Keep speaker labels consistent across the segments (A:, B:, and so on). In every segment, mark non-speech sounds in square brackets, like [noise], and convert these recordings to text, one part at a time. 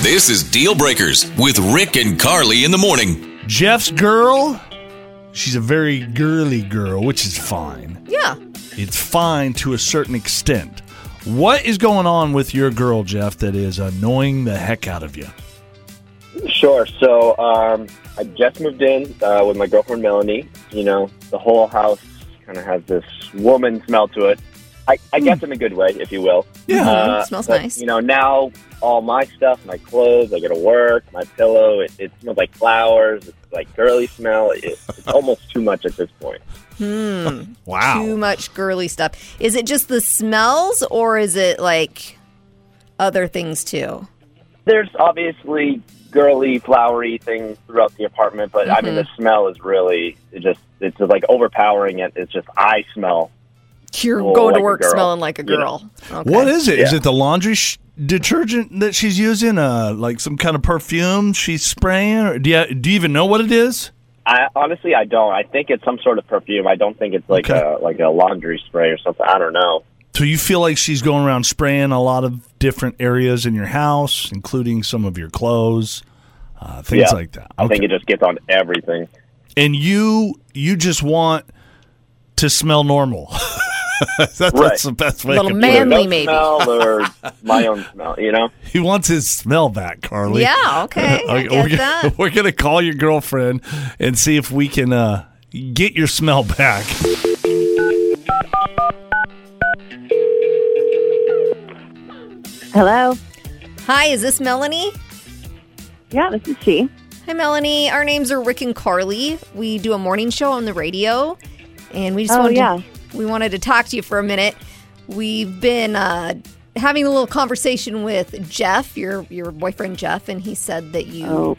A: This is Deal Breakers with Rick and Carly in the morning.
B: Jeff's girl, she's a very girly girl, which is fine.
C: Yeah.
B: It's fine to a certain extent. What is going on with your girl, Jeff, that is annoying the heck out of you?
D: Sure. So um, I just moved in uh, with my girlfriend Melanie. You know, the whole house kind of has this woman smell to it. I, I guess in a good way, if you will.
B: Yeah.
D: Uh,
C: Mhm, Hmm. smells
D: but,
C: nice.
D: You know, now all my stuff, my clothes, I go to work, my pillow, it, it smells like flowers. It's like girly smell. It, it's almost too much at this point.
C: Hmm. Too
B: Wow.
C: much girly stuff. Is it just the smells or is it like other things too?
D: There's obviously girly, flowery things throughout the apartment, but I mean, the
C: Mm-hmm.
D: smell is really it just it's just like overpowering it. It's just I smell
C: You're
D: Oh,
C: going
D: like
C: to
D: a
C: work
D: girl.
C: smelling like a
D: Yeah.
C: girl. Okay.
B: What is it? Is
D: Yeah.
B: it the laundry sh- detergent that she's using? Uh, like some kind of perfume she's spraying? Or do you, do you even know what it is?
D: I honestly, I don't. I think it's some sort of perfume. I don't think it's like
B: Okay.
D: a like a laundry spray or something. I don't know.
B: So you feel like she's going around spraying a lot of different areas in your house, including some of your clothes, uh, things
D: Yeah.
B: like that.
D: I think it just gets on everything.
B: and you you just want to smell normal. [laughs] That's,
D: Right.
B: that's the best way.
C: Little
B: to put
C: man.
B: it.
C: Family,
D: no
C: maybe.
D: smell or my own smell. You know,
B: He wants his smell back, Carly.
C: Yeah,
D: [laughs]
C: okay.
B: [laughs]
C: I
B: Okay,
C: get
B: we're, gonna,
C: that.
B: we're gonna call your girlfriend and see if we can uh, get your smell back.
E: Hello.
C: Hi, is this Melanie?
E: Yeah, this is she.
C: Hi, Melanie. Our names are Rick and Carly. We do a morning show on the radio, and we just
E: Oh,
C: wanted
E: yeah.
C: to, we wanted to talk to you for a minute. We've been uh, having a little conversation with Jeff, your your boyfriend Jeff, and he said that you
E: Oh,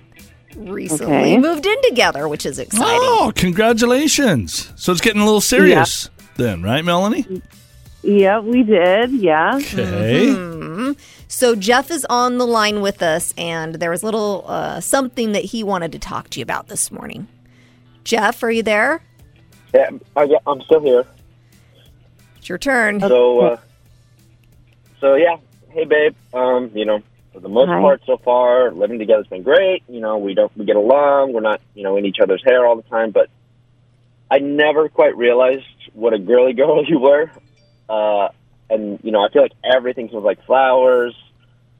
C: recently
E: okay.
C: moved in together, which is exciting.
B: [gasps] Oh, congratulations! So it's getting a little serious then, right,
C: Mm-hmm.
B: Melanie?
E: yeah, we did. Yeah.
B: Okay.
C: So Jeff is on the line with us, and there was a little uh, something that he wanted to talk to you about this morning. Jeff, are you there?
D: yeah, I, yeah, I'm still here.
C: It's your turn.
D: So, uh, so yeah. Hey, babe. Um, you know, for the most
E: Hi.
D: part, so far, living together's been great. You know, we don't we get along. We're not you know in each other's hair all the time, but I never quite realized what a girly [laughs] girl you were. Uh, and you know, I feel like everything smells like flowers.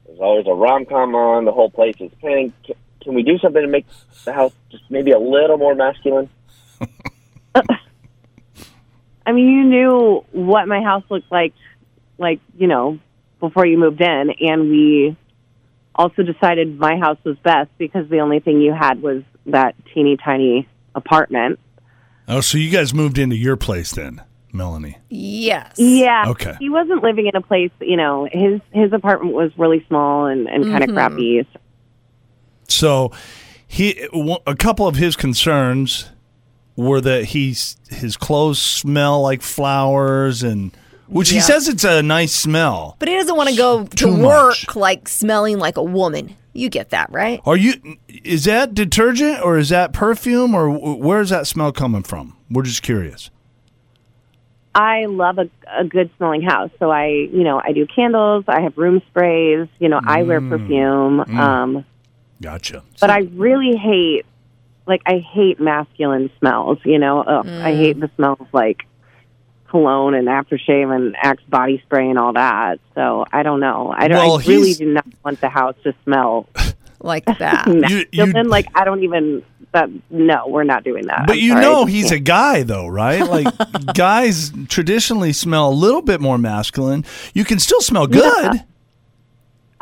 D: There's always a rom com on. The whole place is pink. Can, can we do something to make the house just maybe a little more masculine?
E: I mean, you knew what my house looked like, like, you know, before you moved in. And we also decided my house was best because the only thing you had was that teeny tiny apartment.
B: Oh, so you guys moved into your place then, Melanie?
C: Yes.
E: Yeah.
B: Okay.
E: He wasn't living in a place, you know, his, his apartment was really small and, and kind of crappy. So
B: So he a couple of his concerns were that he's his clothes smell like flowers and which he
C: Yeah.
B: says it's a nice smell.
C: But he doesn't want to go to
B: Too
C: work
B: much.
C: like smelling like a woman. You get that, right?
B: Are you is that detergent or is that perfume or wh- where is that smell coming from? We're just curious.
E: I love a, a good smelling house. So I, you know, I do candles. I have room sprays. You know, I wear perfume. Um,
B: Gotcha.
E: but I really hate, like, I hate masculine smells. You know, Ugh, I
B: Mm.
E: hate the smell of like cologne and aftershave and Axe body spray and all that. So I don't know. I don't.
B: Well,
E: I really
B: he's-
E: do not want the house to smell
C: Like
B: [laughs]
C: that.
B: You- you-
E: masculine. like I don't even. That no, we're not doing that.
B: But
E: I'm
B: you
E: sorry.
B: know he's a guy though, right?
E: [laughs]
B: Like guys traditionally smell a little bit more masculine. You can still smell good.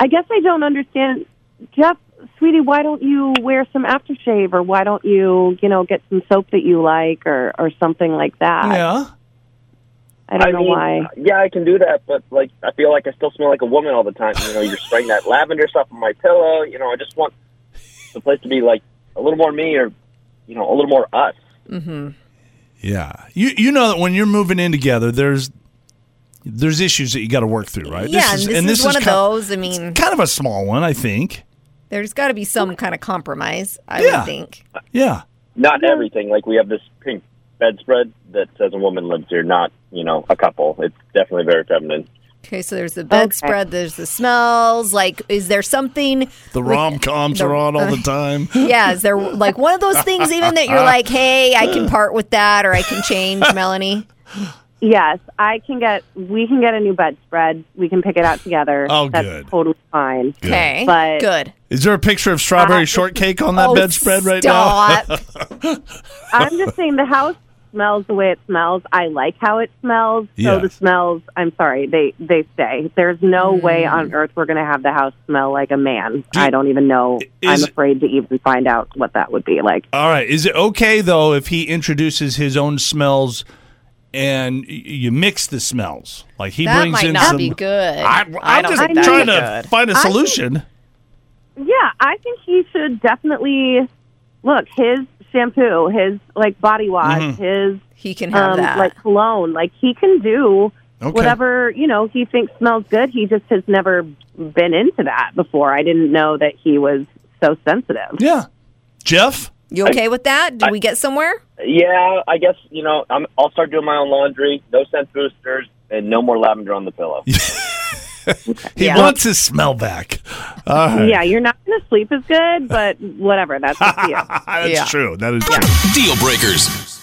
E: I guess I don't understand, Jeff, sweetie. Why don't you wear some aftershave, or why don't you, you know, get some soap that you like, or or something like that?
B: Yeah.
E: I don't know
D: mean,
E: why.
D: Yeah, I can do that, but like I feel like I still smell like a woman all the time. You know, you're spraying that lavender stuff on my pillow. You know, I just want the place to be like a little more me, or you know, a little more us.
B: Yeah. You you know that when you're moving in together, there's there's issues that you got to work through, right?
C: Yeah, and this is one of
B: kin-
C: those. I mean-
B: kind of a small one, I think.
C: There's got to be some kind of compromise, I
B: Yeah.
C: would think.
B: Yeah.
D: Not everything. Like we have this pink bedspread that says a woman lives here, not you know a couple. It's definitely very feminine.
C: Okay, so there's the bedspread, there's the smells. Like, is there something?
B: The rom coms
C: the-
B: are on
C: [laughs]
B: all the time.
C: Yeah, is there like one of those things even that you're like, hey, I
B: [laughs]
C: can part with that or I can change, Melanie?
E: Yes, I can get. We can get a new bedspread. We can pick it out together.
B: Oh,
E: That's
B: good.
E: Totally fine.
B: Good.
C: Okay,
E: But-
C: good.
B: Is there a picture of strawberry shortcake on that
C: Oh,
B: bedspread right now?
C: stop.
E: I'm
B: [laughs]
E: just saying the house smells the way it smells. I like how it smells. So
B: Yes.
E: the smells. I'm sorry, they they stay. There's no way
B: Mm.
E: on earth we're going to have the house smell like a man. I don't even know.
B: is-
E: I'm afraid to even find out what that would be like.
B: All right. Is it okay though if he introduces his own smells and y- you mix the smells? Like [laughs] he
F: That
B: brings
F: might
B: in
F: not
B: some
F: be good.
B: I, I'm
F: I don't
B: just
F: think that'd
B: trying
F: be
B: to
F: good.
B: find a solution.
E: Yeah, I think he should definitely look his shampoo, his like body wash,
B: Mm-hmm.
E: his
C: He can have
E: um,
C: that.
E: like cologne. Like he can do
B: Okay.
E: whatever you know he thinks smells good. He just has never been into that before. I didn't know that he was so sensitive.
B: yeah. Jeff?
C: you okay with that? Did we get somewhere?
D: Yeah, I guess you know I'm, I'll start doing my own laundry. No scent boosters and no more lavender on the pillow.
B: He
C: Yeah.
B: wants his smell back. All right.
E: Yeah, you're not
B: [laughs]
E: going to sleep as good, but whatever. That's up to you.
B: That's
F: Yeah.
B: true. That is true.
A: Deal breakers.